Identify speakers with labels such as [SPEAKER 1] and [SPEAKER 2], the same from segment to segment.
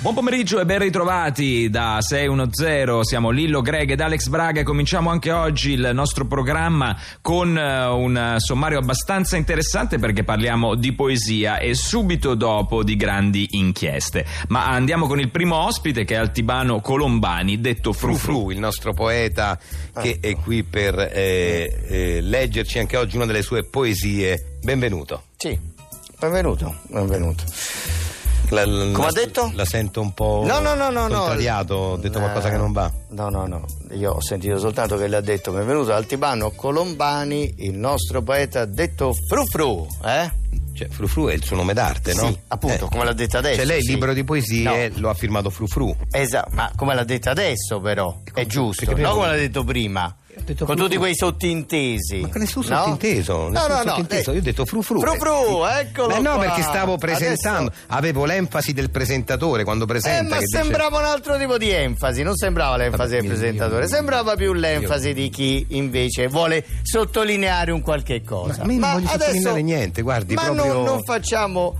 [SPEAKER 1] Buon pomeriggio e ben ritrovati da 610, siamo Lillo Greg ed Alex Braga e cominciamo anche oggi il nostro programma con eh, un sommario abbastanza interessante perché parliamo di poesia e subito dopo di grandi inchieste. Ma andiamo con il primo ospite che è Altibano Colombani, detto Fru Fru.
[SPEAKER 2] Frufru, il nostro poeta
[SPEAKER 3] Ah.
[SPEAKER 2] che è qui per eh, eh, leggerci anche oggi una delle sue poesie. Benvenuto.
[SPEAKER 3] Sì, benvenuto, benvenuto.
[SPEAKER 2] La- la-
[SPEAKER 3] Come
[SPEAKER 2] la-
[SPEAKER 3] ha detto?
[SPEAKER 2] La sento un po'.
[SPEAKER 3] No, no, no, no, no.
[SPEAKER 2] contrariato, ho detto
[SPEAKER 3] Eh,
[SPEAKER 2] qualcosa che non va.
[SPEAKER 3] No, no, no. Io ho sentito soltanto che le ha detto benvenuto Altibano Colombani, il nostro poeta detto frufru, eh?
[SPEAKER 2] Cioè, Frufru è il suo nome d'arte, no?
[SPEAKER 3] Sì, appunto,
[SPEAKER 2] Eh.
[SPEAKER 3] come l'ha detta adesso.
[SPEAKER 2] Cioè, lei il
[SPEAKER 3] sì.
[SPEAKER 2] libro di poesie lo ha firmato Frufru.
[SPEAKER 3] Esatto, ma come l'ha detta adesso però, è giusto,
[SPEAKER 2] Ecco, perché prima-
[SPEAKER 3] no come l'ha detto prima.
[SPEAKER 2] detto
[SPEAKER 3] Con
[SPEAKER 2] frufru.
[SPEAKER 3] tutti quei sottintesi.
[SPEAKER 2] Ma che nessun
[SPEAKER 3] no?
[SPEAKER 2] sottinteso,
[SPEAKER 3] No,
[SPEAKER 2] nessun
[SPEAKER 3] no, no.
[SPEAKER 2] sottinteso.
[SPEAKER 3] eh,
[SPEAKER 2] Io ho detto frufru.
[SPEAKER 3] Frufru,
[SPEAKER 2] Eh,
[SPEAKER 3] eccolo.
[SPEAKER 2] Beh, no,
[SPEAKER 3] qua.
[SPEAKER 2] perché stavo presentando,
[SPEAKER 3] Adesso-
[SPEAKER 2] avevo l'enfasi del presentatore quando presenta.
[SPEAKER 3] Eh, ma
[SPEAKER 2] che dice-
[SPEAKER 3] sembrava un altro tipo di enfasi, non sembrava l'enfasi
[SPEAKER 2] Vabbè,
[SPEAKER 3] del
[SPEAKER 2] io-
[SPEAKER 3] presentatore,
[SPEAKER 2] io-
[SPEAKER 3] sembrava più l'enfasi di chi invece vuole sottolineare un qualche cosa.
[SPEAKER 2] Ma io non voglio sottolineare niente, guardi,
[SPEAKER 3] ma
[SPEAKER 2] proprio-
[SPEAKER 3] non, non facciamo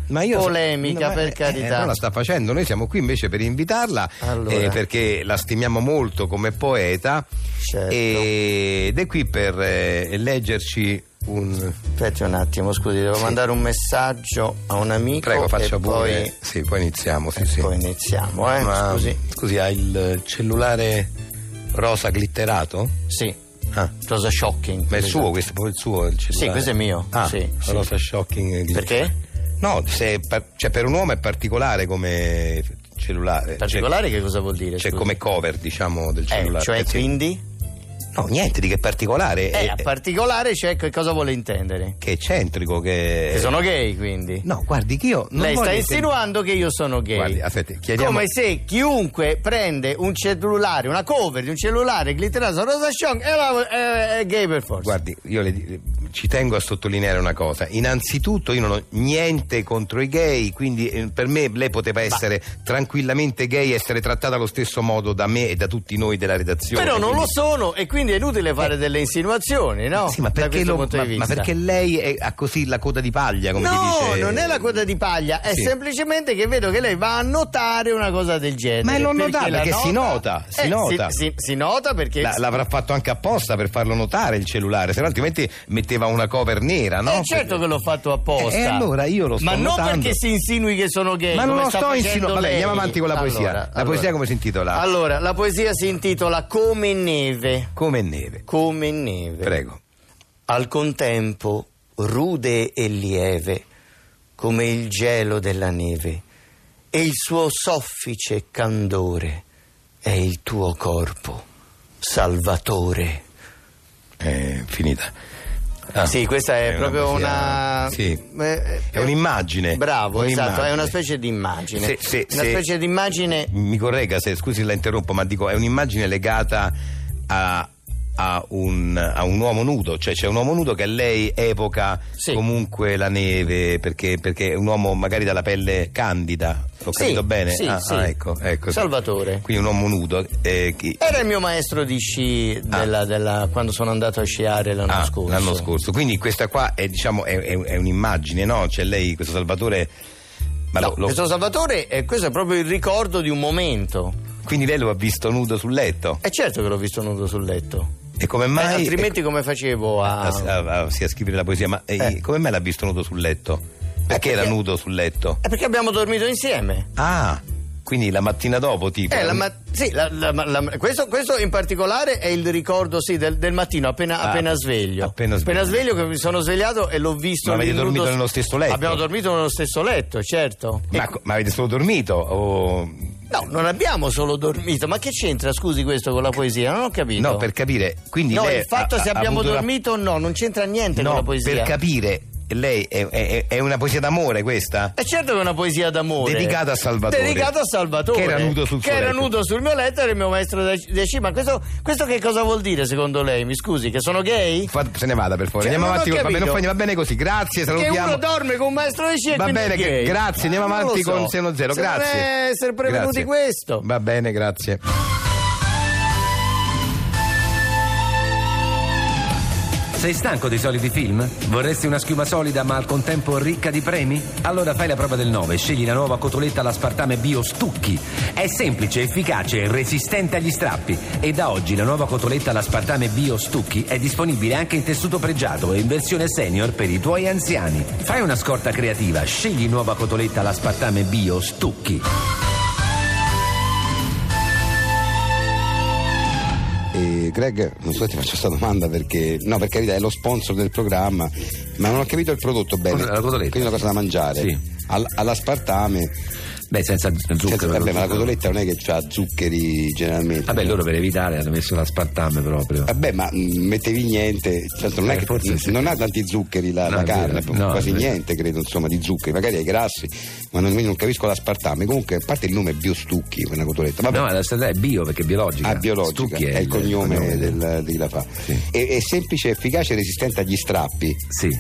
[SPEAKER 2] no,
[SPEAKER 3] polemica,
[SPEAKER 2] ma-
[SPEAKER 3] per
[SPEAKER 2] eh,
[SPEAKER 3] carità.
[SPEAKER 2] non la sta facendo, noi siamo qui invece per invitarla
[SPEAKER 3] Allora.
[SPEAKER 2] eh, perché la stimiamo molto come poeta
[SPEAKER 3] Certo.
[SPEAKER 2] e- ed è qui per eh, leggerci un...
[SPEAKER 3] Aspetti un attimo, scusi, devo mandare un messaggio a un amico.
[SPEAKER 2] Prego,
[SPEAKER 3] e
[SPEAKER 2] faccia pure.
[SPEAKER 3] poi,
[SPEAKER 2] Sì, poi iniziamo. Sì,
[SPEAKER 3] e
[SPEAKER 2] sì.
[SPEAKER 3] poi iniziamo, eh?
[SPEAKER 2] Ma,
[SPEAKER 3] Scusi.
[SPEAKER 2] scusi, ha il cellulare rosa glitterato?
[SPEAKER 3] Sì.
[SPEAKER 2] Ah.
[SPEAKER 3] Cosa shocking. Esatto.
[SPEAKER 2] Ma è il suo, questo è proprio il suo il cellulare.
[SPEAKER 3] Sì, questo è mio,
[SPEAKER 2] Ah,
[SPEAKER 3] sì,
[SPEAKER 2] la
[SPEAKER 3] sì.
[SPEAKER 2] rosa shocking. eh,
[SPEAKER 3] Perché?
[SPEAKER 2] No, se è par- cioè, per un uomo è particolare come cellulare.
[SPEAKER 3] Particolare che cosa vuol dire?
[SPEAKER 2] Cioè, cioè
[SPEAKER 3] scusi?
[SPEAKER 2] come cover, diciamo, del
[SPEAKER 3] Eh,
[SPEAKER 2] cellulare.
[SPEAKER 3] cioè,
[SPEAKER 2] Perché-
[SPEAKER 3] quindi?
[SPEAKER 2] No, niente di che particolare.
[SPEAKER 3] Eh,
[SPEAKER 2] è,
[SPEAKER 3] a particolare c'è che cosa vuole intendere?
[SPEAKER 2] che è eccentrico, che...
[SPEAKER 3] Che sono gay, quindi.
[SPEAKER 2] No, guardi che io... Eh. Non
[SPEAKER 3] Lei sta
[SPEAKER 2] voglio-
[SPEAKER 3] insinuando che io sono gay.
[SPEAKER 2] Guardi, aspetti, chiediamo-
[SPEAKER 3] Come se chiunque prende un cellulare, una cover di un cellulare glitterato su Rosa Strong è, la- eh, è- è gay per forza.
[SPEAKER 2] Guardi, io le di- ci tengo a sottolineare una cosa. Innanzitutto io non ho niente contro i gay, quindi eh, per me lei poteva essere tranquillamente gay e essere trattata allo stesso modo da me e da tutti noi della redazione.
[SPEAKER 3] Però non
[SPEAKER 2] quindi-
[SPEAKER 3] lo sono e quindi è inutile fare delle insinuazioni, no?
[SPEAKER 2] Eh. Sì, ma
[SPEAKER 3] Da
[SPEAKER 2] perché,
[SPEAKER 3] questo
[SPEAKER 2] lo-
[SPEAKER 3] punto
[SPEAKER 2] ma-
[SPEAKER 3] di
[SPEAKER 2] ma
[SPEAKER 3] vista.
[SPEAKER 2] perché lei è- ha così la coda di paglia, come si
[SPEAKER 3] No,
[SPEAKER 2] dice?
[SPEAKER 3] non è la coda di paglia, è
[SPEAKER 2] Sì.
[SPEAKER 3] semplicemente che vedo che lei va a notare una cosa del genere.
[SPEAKER 2] Ma l'ho notata,
[SPEAKER 3] la
[SPEAKER 2] perché si nota, si
[SPEAKER 3] Eh,
[SPEAKER 2] nota.
[SPEAKER 3] Si, si- si nota perché
[SPEAKER 2] La- l'avrà fatto anche apposta per farlo notare il cellulare, se no altrimenti metteva una cover nera, no?
[SPEAKER 3] Eh, certo che l'ho fatto apposta.
[SPEAKER 2] Eh, e allora io lo sto
[SPEAKER 3] Ma non
[SPEAKER 2] notando.
[SPEAKER 3] perché si insinui che sono gay.
[SPEAKER 2] Ma non
[SPEAKER 3] eh, come
[SPEAKER 2] lo
[SPEAKER 3] sta
[SPEAKER 2] sto
[SPEAKER 3] facendo
[SPEAKER 2] insinuando. Vabbè,
[SPEAKER 3] lei.
[SPEAKER 2] andiamo avanti con la poesia.
[SPEAKER 3] Allora,
[SPEAKER 2] la
[SPEAKER 3] allora.
[SPEAKER 2] poesia come si intitola?
[SPEAKER 3] Allora, la poesia si intitola Come neve.
[SPEAKER 2] Come neve.
[SPEAKER 3] Come neve.
[SPEAKER 2] Prego.
[SPEAKER 3] Al contempo, rude e lieve, come il gelo della neve, e il suo soffice candore è il tuo corpo, Salvatore.
[SPEAKER 2] È finita. Ah,
[SPEAKER 3] Eh, sì, questa è,
[SPEAKER 2] una
[SPEAKER 3] proprio
[SPEAKER 2] poesia-
[SPEAKER 3] una.
[SPEAKER 2] Sì.
[SPEAKER 3] eh,
[SPEAKER 2] È un'immagine.
[SPEAKER 3] Bravo, esatto,
[SPEAKER 2] Un'immagine.
[SPEAKER 3] è una specie di immagine.
[SPEAKER 2] Se- se-
[SPEAKER 3] una
[SPEAKER 2] se-
[SPEAKER 3] specie di immagine.
[SPEAKER 2] Mi corregga se, scusi la interrompo, ma dico, è un'immagine legata a, a un, a un uomo nudo, cioè c'è un uomo nudo che a lei evoca
[SPEAKER 3] Sì.
[SPEAKER 2] comunque la neve, perché, perché è un uomo magari dalla pelle candida, ho
[SPEAKER 3] Sì,
[SPEAKER 2] capito bene?
[SPEAKER 3] sì,
[SPEAKER 2] ah,
[SPEAKER 3] sì.
[SPEAKER 2] ah, ecco, ecco.
[SPEAKER 3] Salvatore.
[SPEAKER 2] Quindi un uomo nudo. eh, chi-
[SPEAKER 3] Era il mio maestro di sci della- della- quando sono andato a sciare l'anno
[SPEAKER 2] Ah,
[SPEAKER 3] scorso.
[SPEAKER 2] l'anno scorso. Quindi questa qua è, diciamo, è, è- è un'immagine, no? Cioè lei, questo Salvatore... ma
[SPEAKER 3] No,
[SPEAKER 2] lo- lo-
[SPEAKER 3] Questo Salvatore, eh, questo è proprio il ricordo di un momento.
[SPEAKER 2] Quindi lei lo ha visto nudo sul letto.
[SPEAKER 3] È certo che l'ho visto nudo sul letto.
[SPEAKER 2] E come
[SPEAKER 3] Eh,
[SPEAKER 2] mai...
[SPEAKER 3] altrimenti come facevo
[SPEAKER 2] a,
[SPEAKER 3] a...
[SPEAKER 2] a- a- eh, sì, a scrivere la poesia, ma eh,
[SPEAKER 3] Eh.
[SPEAKER 2] come mai l'ha visto nudo sul letto? Perché
[SPEAKER 3] Eh,
[SPEAKER 2] era
[SPEAKER 3] perché-
[SPEAKER 2] nudo sul letto?
[SPEAKER 3] Eh, perché abbiamo dormito insieme.
[SPEAKER 2] Ah, quindi la mattina dopo, tipo.
[SPEAKER 3] Eh, la ma- sì, la- la- la- questo, questo in particolare è il ricordo sì, del, del mattino, appena,
[SPEAKER 2] Ah,
[SPEAKER 3] appena sveglio.
[SPEAKER 2] appena sveglio.
[SPEAKER 3] che mi sono svegliato e l'ho visto.
[SPEAKER 2] Ma avete
[SPEAKER 3] lì nudo
[SPEAKER 2] dormito
[SPEAKER 3] su-
[SPEAKER 2] nello stesso letto?
[SPEAKER 3] Abbiamo dormito nello stesso letto, certo. E-
[SPEAKER 2] Ma, co- ma avete solo dormito? O...
[SPEAKER 3] no, non abbiamo solo dormito. Ma che c'entra, scusi, questo con la poesia? Non ho capito.
[SPEAKER 2] No, per capire. Quindi
[SPEAKER 3] No,
[SPEAKER 2] lei
[SPEAKER 3] il fatto
[SPEAKER 2] ha-
[SPEAKER 3] se
[SPEAKER 2] ha
[SPEAKER 3] abbiamo
[SPEAKER 2] avuto la-
[SPEAKER 3] dormito o no, non c'entra niente con
[SPEAKER 2] No,
[SPEAKER 3] la poesia.
[SPEAKER 2] per capire, lei è, è- è una poesia d'amore questa?
[SPEAKER 3] È certo che è una poesia d'amore.
[SPEAKER 2] Dedicata a Salvatore.
[SPEAKER 3] Dedicata a Salvatore.
[SPEAKER 2] Che era nudo sul
[SPEAKER 3] Che
[SPEAKER 2] suo
[SPEAKER 3] era
[SPEAKER 2] letto.
[SPEAKER 3] nudo sul mio letto, era il mio maestro da- di sci. Ma questo, questo che cosa vuol dire secondo lei? Mi scusi, che sono gay?
[SPEAKER 2] Fa- se ne vada per favore.
[SPEAKER 3] Cioè,
[SPEAKER 2] andiamo
[SPEAKER 3] non ho
[SPEAKER 2] avanti. con- Va bene,
[SPEAKER 3] capito.
[SPEAKER 2] non fa niente, va bene così. Grazie,
[SPEAKER 3] Che
[SPEAKER 2] salutiamo.
[SPEAKER 3] uno dorme con un maestro di sci e
[SPEAKER 2] Va
[SPEAKER 3] quindi è
[SPEAKER 2] bene,
[SPEAKER 3] gay.
[SPEAKER 2] grazie, andiamo
[SPEAKER 3] Ah, non
[SPEAKER 2] avanti
[SPEAKER 3] lo so.
[SPEAKER 2] con Seno Zero.
[SPEAKER 3] Se
[SPEAKER 2] Grazie.
[SPEAKER 3] Non è essere prevenuti
[SPEAKER 2] Grazie.
[SPEAKER 3] questo.
[SPEAKER 2] Va bene, grazie.
[SPEAKER 4] Sei stanco dei soliti film? Vorresti una schiuma solida ma al contempo ricca di premi? Allora fai la prova del 9, scegli la nuova cotoletta all'aspartame bio Stucchi. È semplice, efficace, resistente agli strappi. E da oggi la nuova cotoletta all'aspartame bio Stucchi è disponibile anche in tessuto pregiato e in versione senior per i tuoi anziani. Fai una scorta creativa, scegli nuova cotoletta all'aspartame bio Stucchi.
[SPEAKER 5] E Greg, non so se ti faccio questa domanda perché, no, per carità, è lo sponsor del programma, ma non ho capito il prodotto bene.
[SPEAKER 4] La cotoletta.
[SPEAKER 5] Quindi è una cosa da mangiare.
[SPEAKER 4] Sì.
[SPEAKER 5] Al- all'aspartame.
[SPEAKER 4] Beh, senza z- zucchero.
[SPEAKER 5] Senza- vabbè, ma la
[SPEAKER 4] zucchero.
[SPEAKER 5] cotoletta non è che ha zuccheri generalmente.
[SPEAKER 4] Vabbè, loro per evitare hanno messo l'aspartame proprio.
[SPEAKER 5] Vabbè, ma mm, mettevi niente, certo non,
[SPEAKER 4] Eh,
[SPEAKER 5] è che,
[SPEAKER 4] forse sì.
[SPEAKER 5] non ha tanti zuccheri la,
[SPEAKER 4] No,
[SPEAKER 5] la
[SPEAKER 4] è
[SPEAKER 5] carne,
[SPEAKER 4] vero. No,
[SPEAKER 5] quasi
[SPEAKER 4] è vero.
[SPEAKER 5] niente credo insomma di zuccheri, magari ai grassi, ma non, non capisco l'aspartame. Comunque, a parte il nome è Biostucchi, una cotoletta, vabbè,
[SPEAKER 4] No, la società è bio perché è biologica.
[SPEAKER 5] Ah, biologica,
[SPEAKER 4] Stucchi
[SPEAKER 5] è il cognome,
[SPEAKER 4] del-
[SPEAKER 5] del- di La Fa.
[SPEAKER 4] Sì.
[SPEAKER 5] È, è semplice, efficace e resistente agli strappi.
[SPEAKER 4] Sì.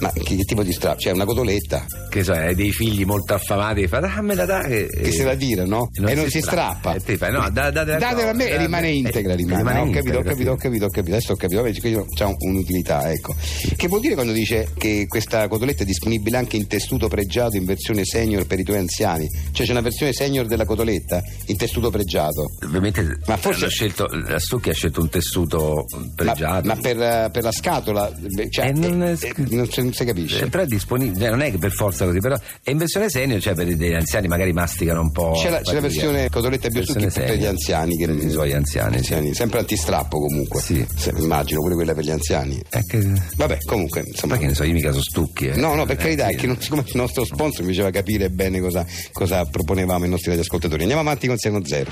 [SPEAKER 5] Ma che, che tipo di strappi? Cioè una cotoletta
[SPEAKER 4] Che so, hai dei figli molto affamati e fa dammela dai. Che,
[SPEAKER 5] che se la tirano
[SPEAKER 4] e
[SPEAKER 5] e non si, strappa.
[SPEAKER 4] E te fai, no, da- datela a
[SPEAKER 5] Datela a
[SPEAKER 4] Claudio,
[SPEAKER 5] me e rimane
[SPEAKER 4] datela-
[SPEAKER 5] integra.
[SPEAKER 4] eh,
[SPEAKER 5] Rimane.
[SPEAKER 4] rimane
[SPEAKER 5] ho, capito,
[SPEAKER 4] integra,
[SPEAKER 5] ho capito,
[SPEAKER 4] sì.
[SPEAKER 5] ho capito, ho capito. Adesso ho capito. Vabbè, quindi c'ha un'utilità, ecco. Che vuol dire quando dice che questa cotoletta è disponibile anche in tessuto pregiato in versione senior per i tuoi anziani? Cioè c'è una versione senior della cotoletta in tessuto pregiato.
[SPEAKER 4] Ovviamente
[SPEAKER 5] Ma forse-
[SPEAKER 4] hanno scelto, la Stucchi ha scelto un tessuto
[SPEAKER 5] Ma,
[SPEAKER 4] pregiato.
[SPEAKER 5] ma per, eh, per la scatola beh, cioè,
[SPEAKER 4] Eh, non è
[SPEAKER 5] eh,
[SPEAKER 4] scritto.
[SPEAKER 5] eh, non si- non si capisce.
[SPEAKER 4] Eh, però è disponibile, cioè, non è che per forza così, però è in versione senior, cioè per gli anziani magari masticano un po'.
[SPEAKER 5] C'è la, c'è
[SPEAKER 4] fatica.
[SPEAKER 5] la versione ecco, cotoletta biostucchi
[SPEAKER 4] Versione
[SPEAKER 5] per gli
[SPEAKER 4] senior.
[SPEAKER 5] anziani che
[SPEAKER 4] Per i suoi anziani, sì.
[SPEAKER 5] anziani, sempre antistrappo comunque
[SPEAKER 4] Sì.
[SPEAKER 5] Se- immagino pure quella per gli anziani
[SPEAKER 4] Eh, che-
[SPEAKER 5] vabbè comunque insomma
[SPEAKER 4] Ma che ne so, io mica sono stucchi. eh.
[SPEAKER 5] No, no, per
[SPEAKER 4] Eh,
[SPEAKER 5] carità,
[SPEAKER 4] sì.
[SPEAKER 5] è che non, siccome il nostro sponsor mi faceva capire bene cosa, cosa proponevamo ai nostri radioascoltatori. Andiamo avanti con 6 0.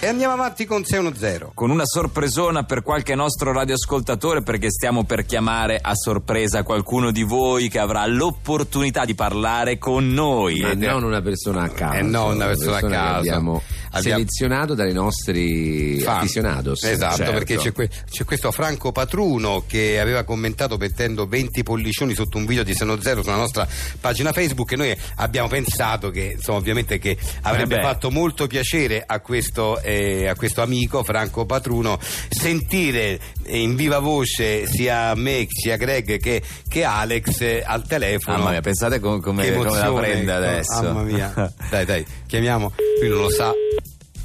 [SPEAKER 5] E andiamo avanti con 610.
[SPEAKER 1] con una sorpresona per qualche nostro radioascoltatore perché stiamo per chiamare a sorpresa qualcuno di voi che avrà l'opportunità di parlare con noi.
[SPEAKER 6] E non una persona a caso.
[SPEAKER 2] Eh, non una persona a
[SPEAKER 6] che
[SPEAKER 2] caso.
[SPEAKER 6] Abbiamo,
[SPEAKER 2] Abbiamo-
[SPEAKER 6] selezionato dai nostri
[SPEAKER 2] Fan.
[SPEAKER 6] aficionados.
[SPEAKER 2] Esatto,
[SPEAKER 6] Certo.
[SPEAKER 2] perché c'è, que- c'è questo Franco Patruno che aveva commentato mettendo 20 pollicioni sotto un video di Seno Zero sulla nostra pagina Facebook e noi abbiamo pensato che, insomma, ovviamente che avrebbe
[SPEAKER 1] beh.
[SPEAKER 2] fatto molto piacere a questo, eh, a questo amico Franco Patruno sentire eh, in viva voce sia me, sia Greg che, che Alex eh, al
[SPEAKER 4] Ah,
[SPEAKER 2] telefono.
[SPEAKER 7] Mamma mia, pensate com- come-
[SPEAKER 2] Che
[SPEAKER 7] come la
[SPEAKER 2] emozione,
[SPEAKER 7] prende
[SPEAKER 2] ecco.
[SPEAKER 7] adesso.
[SPEAKER 2] Mamma mia. dai, dai, chiamiamo. Lui non lo sa.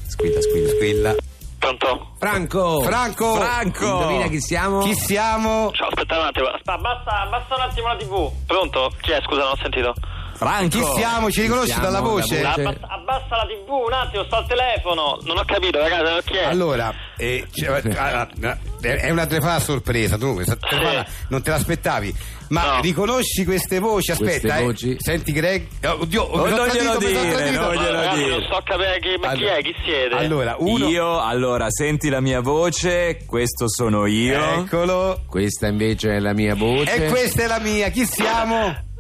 [SPEAKER 2] Squilla, squilla. Squilla.
[SPEAKER 8] Pronto?
[SPEAKER 4] Franco!
[SPEAKER 2] Franco!
[SPEAKER 1] Franco!
[SPEAKER 4] Indovina chi siamo?
[SPEAKER 2] Chi siamo?
[SPEAKER 8] Ciao, aspetta un attimo. Aspa- basta, basta un attimo la TV. Pronto? Chi è? Scusa, non ho sentito.
[SPEAKER 1] Franco,
[SPEAKER 2] Chi siamo? Ci riconosci
[SPEAKER 6] siamo?
[SPEAKER 2] dalla
[SPEAKER 6] La
[SPEAKER 4] Eh,
[SPEAKER 2] voce?
[SPEAKER 6] voce.
[SPEAKER 8] Abbassa, abbassa la TV un attimo, sto al telefono. Non ho capito, ragazzi, chi è?
[SPEAKER 2] Allora, eh, c'è- ah, ah, eh, è una trefala a sorpresa, tu questa trefala non te l'aspettavi. Ma
[SPEAKER 8] No.
[SPEAKER 2] riconosci queste voci? Aspetta,
[SPEAKER 6] Queste
[SPEAKER 2] eh.
[SPEAKER 6] voci.
[SPEAKER 2] senti Greg. Eh, Oddio,
[SPEAKER 1] Oh,
[SPEAKER 2] mi sono
[SPEAKER 1] non glielo
[SPEAKER 2] tradito, mi sono
[SPEAKER 1] dire,
[SPEAKER 2] tradito.
[SPEAKER 1] non
[SPEAKER 8] Allora,
[SPEAKER 1] glielo
[SPEAKER 8] ragazzi,
[SPEAKER 1] dire.
[SPEAKER 8] non sto a capire chi, ma chi
[SPEAKER 2] Allora-
[SPEAKER 8] è, chi siete?
[SPEAKER 2] Allora, uno
[SPEAKER 1] io, allora, senti la mia voce, questo sono io.
[SPEAKER 4] Ecco.
[SPEAKER 2] Eccolo.
[SPEAKER 6] Questa invece è la mia voce.
[SPEAKER 2] E questa è la mia, chi siamo?
[SPEAKER 8] Eh,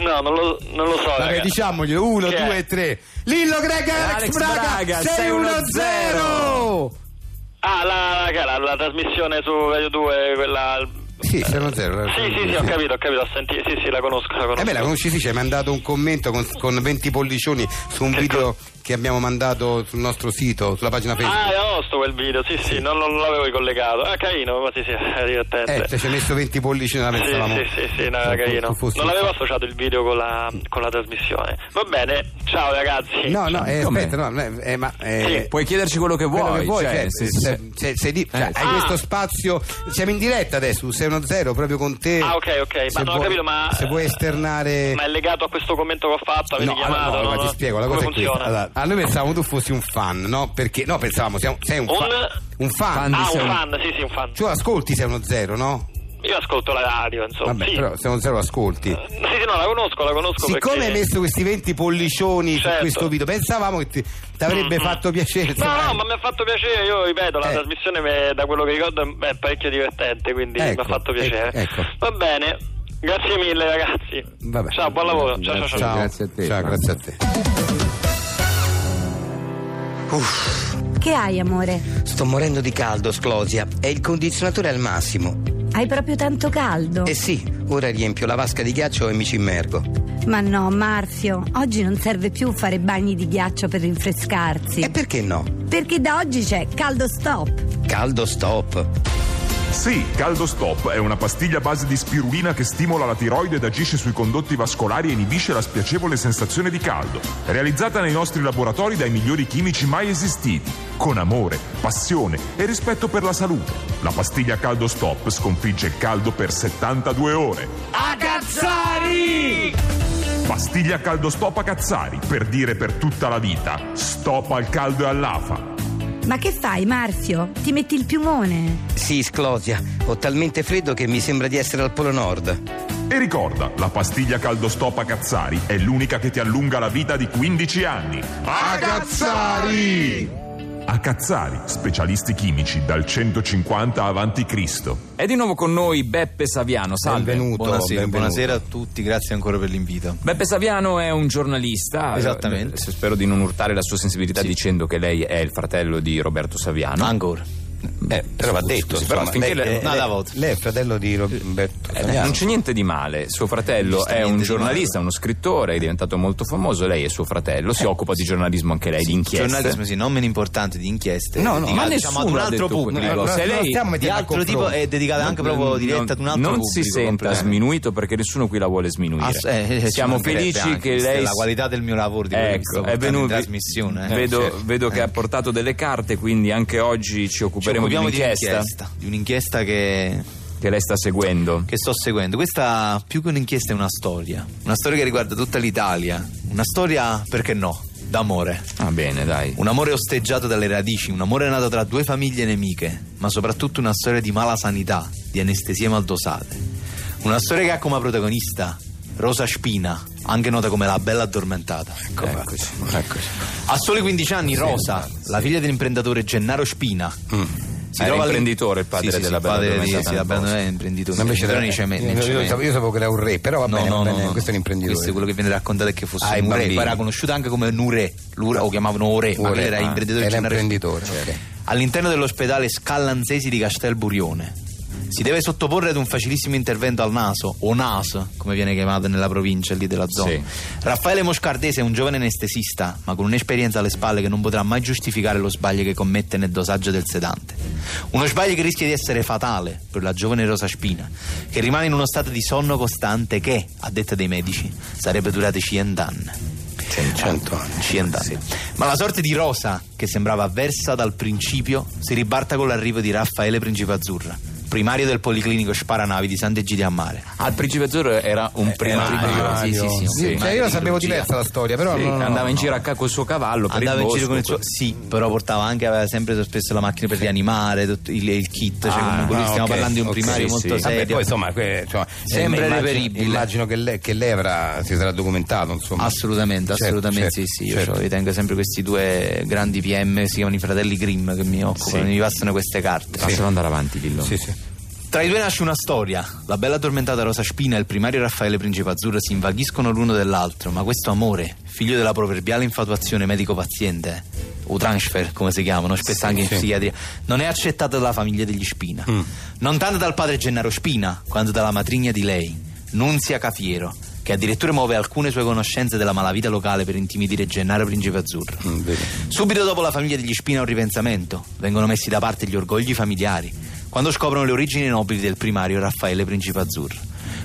[SPEAKER 8] No, non lo, non lo so.
[SPEAKER 2] Vabbè,
[SPEAKER 8] raga.
[SPEAKER 2] diciamoglielo, uno,
[SPEAKER 8] Chi è?
[SPEAKER 2] due, tre. Lillo Greg Alex,
[SPEAKER 1] Alex Braga,
[SPEAKER 2] Braga, 610.
[SPEAKER 8] Ah, la, la, la- la trasmissione su Radio 2, quella.
[SPEAKER 2] Sì, 610.
[SPEAKER 8] Sì, sì, sì, ho capito, ho capito, ho sentito. Sì, sì, la conosco, la conosco.
[SPEAKER 2] Eh beh, la conosci, sì, ci hai mandato un commento con, con 20 pollicioni su un video che abbiamo mandato sul nostro sito, sulla pagina
[SPEAKER 8] Ah,
[SPEAKER 2] Facebook.
[SPEAKER 8] è osto quel video, sì, sì, non, non l'avevo ricollegato. Ah, carino, ma sì, sì, è divertente.
[SPEAKER 2] eh, se ci hai messo 20 pollicioni la
[SPEAKER 8] Sì,
[SPEAKER 2] pensavamo.
[SPEAKER 8] sì, sì, sì, no,
[SPEAKER 2] se
[SPEAKER 8] era carino.
[SPEAKER 2] tu fossi-
[SPEAKER 8] Non avevo associato il video con la, con la trasmissione. Va bene, ciao ragazzi.
[SPEAKER 2] No, no, eh,
[SPEAKER 1] Com'è?
[SPEAKER 2] aspetta, no, eh, eh, ma... eh,
[SPEAKER 1] Puoi chiederci quello che
[SPEAKER 2] quello
[SPEAKER 1] vuoi.
[SPEAKER 2] che vuoi,
[SPEAKER 1] cioè,
[SPEAKER 2] cioè,
[SPEAKER 1] se-
[SPEAKER 2] se-
[SPEAKER 1] se-
[SPEAKER 2] se- se di- cioè,
[SPEAKER 1] Eh,
[SPEAKER 2] hai
[SPEAKER 8] sì.
[SPEAKER 2] questo
[SPEAKER 8] Ah.
[SPEAKER 2] spazio siamo in diretta adesso su 610 proprio con te
[SPEAKER 8] Ah, ok, ok, ma
[SPEAKER 2] Se
[SPEAKER 8] non ho
[SPEAKER 2] vuoi-
[SPEAKER 8] capito, ma-
[SPEAKER 2] se vuoi esternare
[SPEAKER 8] Ma è legato a questo commento che ho fatto, avete
[SPEAKER 2] eh. No,
[SPEAKER 8] chiamato?
[SPEAKER 2] allora, no, ma
[SPEAKER 8] no?
[SPEAKER 2] ti spiego, la
[SPEAKER 8] Come
[SPEAKER 2] cosa è
[SPEAKER 8] funziona?
[SPEAKER 2] questa. Allora, ah, noi pensavamo tu fossi un fan, no? Perché no, pensavamo siamo- sei un,
[SPEAKER 8] Un-
[SPEAKER 2] fan, un fan.
[SPEAKER 1] Fan
[SPEAKER 8] Ah,
[SPEAKER 1] Sei
[SPEAKER 8] un
[SPEAKER 1] un-
[SPEAKER 8] fan, sì, sì, un fan.
[SPEAKER 2] Tu ascolti sei uno zero, no?
[SPEAKER 8] Io ascolto la radio, insomma.
[SPEAKER 2] Vabbè,
[SPEAKER 8] Oh, sì. Eh,
[SPEAKER 2] però se uno zero ascolti.
[SPEAKER 8] Sì, sì, no, la conosco, la conosco
[SPEAKER 2] Siccome
[SPEAKER 8] perché...
[SPEAKER 2] hai messo questi 20 pollicioni su
[SPEAKER 8] Certo.
[SPEAKER 2] questo video, pensavamo Diciamo che ti avrebbe
[SPEAKER 8] Mm-mm.
[SPEAKER 2] fatto piacere.
[SPEAKER 8] No,
[SPEAKER 2] sai.
[SPEAKER 8] no, ma mi ha fatto piacere, io ripeto, la
[SPEAKER 2] Eh.
[SPEAKER 8] trasmissione me- da quello che ricordo è- è parecchio divertente, quindi mi
[SPEAKER 2] Ecco,
[SPEAKER 8] ha fatto piacere.
[SPEAKER 2] ecco, ecco.
[SPEAKER 8] Va bene, grazie mille ragazzi.
[SPEAKER 2] Vabbè.
[SPEAKER 8] Ciao, buon lavoro. Ciao, ciao, ciao.
[SPEAKER 2] Ciao,
[SPEAKER 6] Grazie a te,
[SPEAKER 2] Ciao,
[SPEAKER 6] Franco.
[SPEAKER 2] grazie a te.
[SPEAKER 9] Che hai, amore?
[SPEAKER 10] Sto morendo di caldo, Sclosia. È il condizionatore al massimo.
[SPEAKER 9] Hai proprio tanto caldo.
[SPEAKER 10] Eh sì, ora riempio la vasca di ghiaccio e mi ci immergo.
[SPEAKER 9] Ma no, Marzio, oggi non serve più fare bagni di ghiaccio per rinfrescarsi.
[SPEAKER 2] Eh.
[SPEAKER 11] E perché no?
[SPEAKER 9] Perché da oggi c'è caldo stop.
[SPEAKER 11] Caldo stop.
[SPEAKER 12] Sì, Caldo Stop è una pastiglia a base di spirulina che stimola la tiroide ed agisce sui condotti vascolari e inibisce la spiacevole sensazione di caldo. Realizzata nei nostri laboratori dai migliori chimici mai esistiti, con amore, passione e rispetto per la salute. La pastiglia Caldo Stop sconfigge il caldo per 72 ore.
[SPEAKER 13] A Cazzari!
[SPEAKER 12] Pastiglia Caldo Stop a Cazzari, per dire per tutta la vita, stop al caldo e all'afa.
[SPEAKER 9] Ma che fai, Marzio? Ti metti il piumone?
[SPEAKER 11] Sì, Sclosia, ho talmente freddo che mi sembra di essere al Polo Nord.
[SPEAKER 12] E ricorda, la pastiglia caldo stop a Cazzari è l'unica che ti allunga la vita di 15 anni.
[SPEAKER 13] A Cazzari!
[SPEAKER 12] A Cazzari, specialisti chimici dal 150 avanti Cristo.
[SPEAKER 1] È di nuovo con noi Beppe Saviano. Salve.
[SPEAKER 4] Benvenuto,
[SPEAKER 1] Buonasera.
[SPEAKER 4] benvenuto. buonasera a tutti, grazie ancora per l'invito.
[SPEAKER 1] Beppe Saviano è un giornalista.
[SPEAKER 4] Esattamente.
[SPEAKER 1] Eh, se- Spero di non urtare la sua sensibilità
[SPEAKER 4] Sì.
[SPEAKER 1] dicendo che lei è il fratello di Roberto Saviano.
[SPEAKER 4] Ancora.
[SPEAKER 2] Beh, Eh, però va
[SPEAKER 1] scusi,
[SPEAKER 2] detto,
[SPEAKER 1] scusi,
[SPEAKER 2] però
[SPEAKER 1] però finché
[SPEAKER 2] lei,
[SPEAKER 1] le-
[SPEAKER 2] eh,
[SPEAKER 4] no, alla
[SPEAKER 2] lei-
[SPEAKER 4] volta.
[SPEAKER 2] lei è fratello di Roberto
[SPEAKER 1] Eh,
[SPEAKER 2] Saviano.
[SPEAKER 1] non c'è niente di male. Suo fratello è un
[SPEAKER 4] Giustamente di
[SPEAKER 1] giornalista, uno scrittore, è diventato molto famoso. Lei è suo fratello, si occupa di giornalismo anche lei, di inchieste.
[SPEAKER 4] Eh, Giornalismo, sì, non meno importante di inchieste.
[SPEAKER 1] No, no,
[SPEAKER 4] dedicato,
[SPEAKER 1] ma
[SPEAKER 4] diciamo, ad
[SPEAKER 1] nessuno
[SPEAKER 4] un
[SPEAKER 1] ha
[SPEAKER 4] altro
[SPEAKER 1] detto quelle
[SPEAKER 4] pubblico.
[SPEAKER 1] cose. Se
[SPEAKER 2] no,
[SPEAKER 1] lei-
[SPEAKER 2] stiamo
[SPEAKER 4] Di
[SPEAKER 2] mettendo a
[SPEAKER 4] altro tipo
[SPEAKER 2] confronto.
[SPEAKER 4] è dedicata anche proprio diretta ad un altro
[SPEAKER 1] non
[SPEAKER 4] pubblico.
[SPEAKER 1] si senta
[SPEAKER 4] completamente.
[SPEAKER 1] sminuito perché nessuno qui la vuole sminuire.
[SPEAKER 4] Ass- eh, ci
[SPEAKER 1] Siamo
[SPEAKER 4] mancherebbe
[SPEAKER 1] felici
[SPEAKER 4] anche,
[SPEAKER 1] che
[SPEAKER 4] questa è
[SPEAKER 1] lei.
[SPEAKER 4] la qualità del mio lavoro di quello che
[SPEAKER 1] ecco,
[SPEAKER 4] sto
[SPEAKER 1] è
[SPEAKER 4] portando in
[SPEAKER 1] venuto
[SPEAKER 4] trasmissione, eh.
[SPEAKER 1] Vedo,
[SPEAKER 4] Certo.
[SPEAKER 1] vedo che ha portato delle carte, quindi anche oggi ci
[SPEAKER 4] Ci
[SPEAKER 1] occuperemo di
[SPEAKER 4] occupiamo di
[SPEAKER 1] un'inchiesta
[SPEAKER 4] un'inchiesta, di un'inchiesta che,
[SPEAKER 1] che lei sta seguendo.
[SPEAKER 4] che sto seguendo. Questa più che un'inchiesta è una storia, una storia che riguarda tutta l'Italia, una storia, perché no, d'amore.
[SPEAKER 1] Va Ah, bene, dai.
[SPEAKER 4] Un amore osteggiato dalle radici, un amore nato tra due famiglie nemiche, ma soprattutto una storia di mala sanità, di anestesie maldosate. Una storia che ha come protagonista Rosa Spina, anche nota come la bella addormentata.
[SPEAKER 2] Eccoci, eccoci.
[SPEAKER 4] A soli 15 anni Rosa, la figlia dell'imprenditore Gennaro Spina,
[SPEAKER 1] Mm. Era
[SPEAKER 4] trova all'in-
[SPEAKER 1] imprenditore il padre
[SPEAKER 4] Sì, sì,
[SPEAKER 1] della
[SPEAKER 4] sì,
[SPEAKER 1] Bella
[SPEAKER 4] padre di-
[SPEAKER 1] Addormentata.
[SPEAKER 4] Sì, la bella è imprenditore.
[SPEAKER 2] Ma invece
[SPEAKER 4] però
[SPEAKER 2] era-
[SPEAKER 4] nei ceme- nei
[SPEAKER 2] io,
[SPEAKER 4] cementi.
[SPEAKER 2] sapevo, io sapevo che era un re, però va bene, va bene, questo è un imprenditore.
[SPEAKER 4] Questo è quello che viene raccontato è che fosse
[SPEAKER 2] Ah, i
[SPEAKER 4] un re.
[SPEAKER 2] bambini.
[SPEAKER 4] Poi era conosciuta anche come Nure, Lura, o chiamavano Ore, ma
[SPEAKER 2] Ore,
[SPEAKER 4] lui era
[SPEAKER 2] ah,
[SPEAKER 4] imprenditore
[SPEAKER 2] era
[SPEAKER 4] generale.
[SPEAKER 2] imprenditore, ok.
[SPEAKER 4] All'interno dell'ospedale Scallanzesi di Castelburione. Si deve sottoporre ad un facilissimo intervento al naso, o NAS, come viene chiamato nella provincia lì della zona.
[SPEAKER 1] Sì.
[SPEAKER 4] Raffaele Moscardese è un giovane anestesista, ma con un'esperienza alle spalle che non potrà mai giustificare lo sbaglio che commette nel dosaggio del sedante. Uno sbaglio che rischia di essere fatale per la giovane Rosa Spina, che rimane in uno stato di sonno costante che, a detta dei medici, sarebbe durato 100 anni.
[SPEAKER 2] 100 anni.
[SPEAKER 4] 100 anni. Ma la sorte di Rosa, che sembrava avversa dal principio, si ribalta con l'arrivo di Raffaele Principe Azzurra, primario del Policlinico Sparanavi di Sant'Egidio a Mare.
[SPEAKER 1] Al Principe Azzurro era un primario.
[SPEAKER 4] sì, sì, sì,
[SPEAKER 2] Sì, cioè, io la sapevo diversa la storia, però
[SPEAKER 1] Sì,
[SPEAKER 2] no, no, no,
[SPEAKER 1] andava in
[SPEAKER 2] no.
[SPEAKER 1] giro a ca- col suo cavallo per
[SPEAKER 4] Andava
[SPEAKER 1] il
[SPEAKER 4] in
[SPEAKER 1] bosco,
[SPEAKER 4] giro con il suo.
[SPEAKER 1] col-
[SPEAKER 4] Sì, però portava anche, aveva sempre spesso la macchina per rianimare, tutto il, il kit. Cioè,
[SPEAKER 1] Ah,
[SPEAKER 4] comunque lui
[SPEAKER 2] ah,
[SPEAKER 4] stiamo
[SPEAKER 2] ok,
[SPEAKER 4] parlando di un
[SPEAKER 2] ok,
[SPEAKER 4] primario
[SPEAKER 1] sì,
[SPEAKER 4] molto
[SPEAKER 1] sì.
[SPEAKER 2] Vabbè,
[SPEAKER 4] serio.
[SPEAKER 2] poi insomma, que- insomma,
[SPEAKER 4] Sembra
[SPEAKER 2] eh, immagino-
[SPEAKER 4] irreperibile.
[SPEAKER 2] Immagino che lei, che lei avrà- si sarà documentato, insomma.
[SPEAKER 4] Assolutamente,
[SPEAKER 2] Certo,
[SPEAKER 4] assolutamente
[SPEAKER 2] certo,
[SPEAKER 4] sì, sì. Io,
[SPEAKER 2] certo.
[SPEAKER 4] c'ho- io tengo sempre questi due grandi PM, si chiamano i fratelli Grimm, che mi occupano,
[SPEAKER 1] Sì.
[SPEAKER 4] mi passano queste carte.
[SPEAKER 1] Lascialo andare avanti, dillo.
[SPEAKER 2] Sì, sì.
[SPEAKER 4] Tra i due nasce una storia. La bella addormentata Rosa Spina e il primario Raffaele Principe Azzurro si invaghiscono l'uno dell'altro, ma questo amore, figlio della proverbiale infatuazione medico-paziente, o transfer come si chiamano, spesso anche in psichiatria, non è accettato dalla famiglia degli Spina. Non tanto dal padre Gennaro Spina, quanto dalla matrigna di lei, Nunzia Cafiero, che addirittura muove alcune sue conoscenze della malavita locale per intimidire Gennaro Principe Azzurro. Subito dopo la famiglia degli Spina ha un ripensamento, vengono messi da parte gli orgogli familiari, quando scoprono le origini nobili del primario Raffaele Principe Azzurro.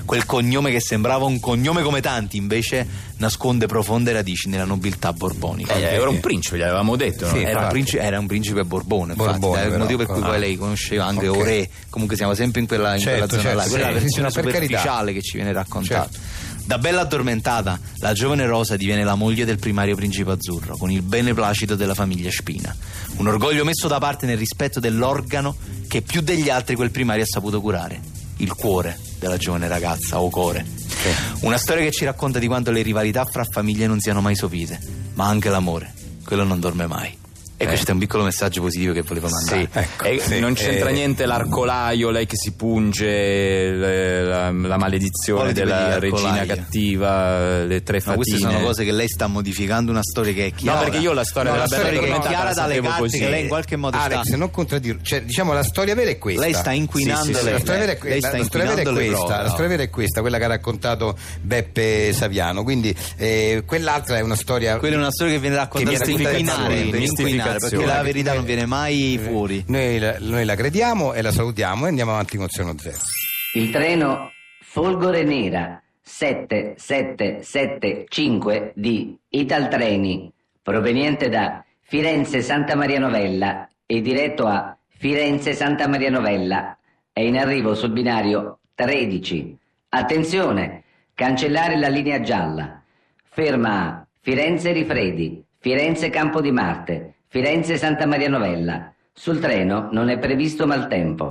[SPEAKER 4] Quel cognome che sembrava un cognome come tanti, invece nasconde profonde radici nella nobiltà borbonica.
[SPEAKER 1] Eh, era un principe, gli avevamo detto. no?
[SPEAKER 2] Sì,
[SPEAKER 4] Era un,
[SPEAKER 2] infatti.
[SPEAKER 4] principe, era un principe borbone, infatti,
[SPEAKER 2] Borbone,
[SPEAKER 4] è il
[SPEAKER 2] però,
[SPEAKER 4] motivo per cui
[SPEAKER 2] però.
[SPEAKER 4] poi lei conosceva anche
[SPEAKER 2] Ok.
[SPEAKER 4] Ore, comunque siamo sempre in quella, in
[SPEAKER 2] Certo,
[SPEAKER 4] quella zona là,
[SPEAKER 2] certo,
[SPEAKER 4] quella è
[SPEAKER 2] sì,
[SPEAKER 4] la versione
[SPEAKER 2] sì, no, per carità.
[SPEAKER 4] superficiale che ci viene raccontata.
[SPEAKER 14] Certo.
[SPEAKER 4] Da bella addormentata, la giovane Rosa diviene la moglie del primario principe azzurro, con il beneplacito della famiglia Spina. Un orgoglio messo da parte nel rispetto dell'organo che più degli altri quel primario ha saputo curare, il cuore della giovane ragazza, o core. Una storia che ci racconta di quanto le rivalità fra famiglie non siano mai sopite, ma anche l'amore, quello non dorme mai. E questo è un piccolo messaggio positivo che volevo mandare.
[SPEAKER 14] Eh. Sì. Eh, non c'entra niente l'arcolaio, lei che si punge, le- la, la maledizione
[SPEAKER 4] Vuole
[SPEAKER 14] della
[SPEAKER 4] dire
[SPEAKER 14] regina
[SPEAKER 4] arcolaio.
[SPEAKER 14] cattiva, le tre
[SPEAKER 4] No,
[SPEAKER 14] fatine.
[SPEAKER 4] queste sono cose che lei sta modificando una storia che è chiara.
[SPEAKER 14] eh. perché io la storia della Bella
[SPEAKER 4] storia che è
[SPEAKER 14] Addormentata
[SPEAKER 4] chiara
[SPEAKER 14] la
[SPEAKER 4] dalle
[SPEAKER 14] sapevo
[SPEAKER 4] carte
[SPEAKER 14] così.
[SPEAKER 4] che lei in qualche modo
[SPEAKER 2] Alex,
[SPEAKER 4] sta
[SPEAKER 2] non contraddirlo. Cioè, diciamo, la storia vera è questa.
[SPEAKER 4] Lei sta inquinando
[SPEAKER 2] Sì, sì, sì,
[SPEAKER 4] le-
[SPEAKER 2] la storia vera è,
[SPEAKER 4] lei
[SPEAKER 2] que-
[SPEAKER 4] sta
[SPEAKER 2] la storia vera è
[SPEAKER 4] inquinando le
[SPEAKER 2] questa.
[SPEAKER 4] prove,
[SPEAKER 2] La storia vera è questa, quella che ha raccontato Beppe Saviano. Quindi, eh, quell'altra è una storia.
[SPEAKER 4] Quella è una storia che viene raccontata
[SPEAKER 2] viene
[SPEAKER 4] per
[SPEAKER 2] raccontata
[SPEAKER 4] inquinare,
[SPEAKER 2] fuori,
[SPEAKER 4] per inquinare, perché la verità non viene mai fuori.
[SPEAKER 2] Noi la, noi la crediamo e la salutiamo e andiamo avanti con Zero Zero.
[SPEAKER 12] Il treno Folgore Nera 7775 di Italtreni, proveniente da Firenze Santa Maria Novella e diretto a Firenze Santa Maria Novella, è in arrivo sul binario 13. Attenzione, cancellare la linea gialla. Ferma a Firenze Rifredi, Firenze Campo di Marte, Firenze Santa Maria Novella. Sul treno non è previsto maltempo.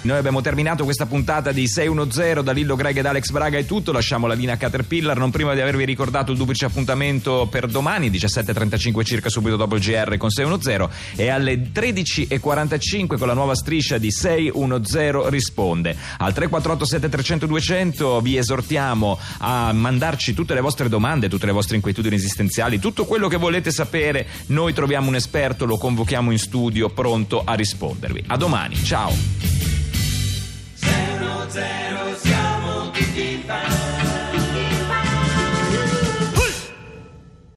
[SPEAKER 1] Noi abbiamo terminato questa puntata di 610 da Lillo Greg ed Alex Braga è tutto, lasciamo la linea a Caterpillar non prima di avervi ricordato il duplice appuntamento per domani 17.35 circa subito dopo il GR con 610 e alle 13.45 con la nuova striscia di 610 risponde. Al 348 7300 200 vi esortiamo a mandarci tutte le vostre domande, tutte le vostre inquietudini esistenziali, tutto quello che volete sapere, noi troviamo un esperto, lo convochiamo in studio pronto a rispondervi. A domani, ciao!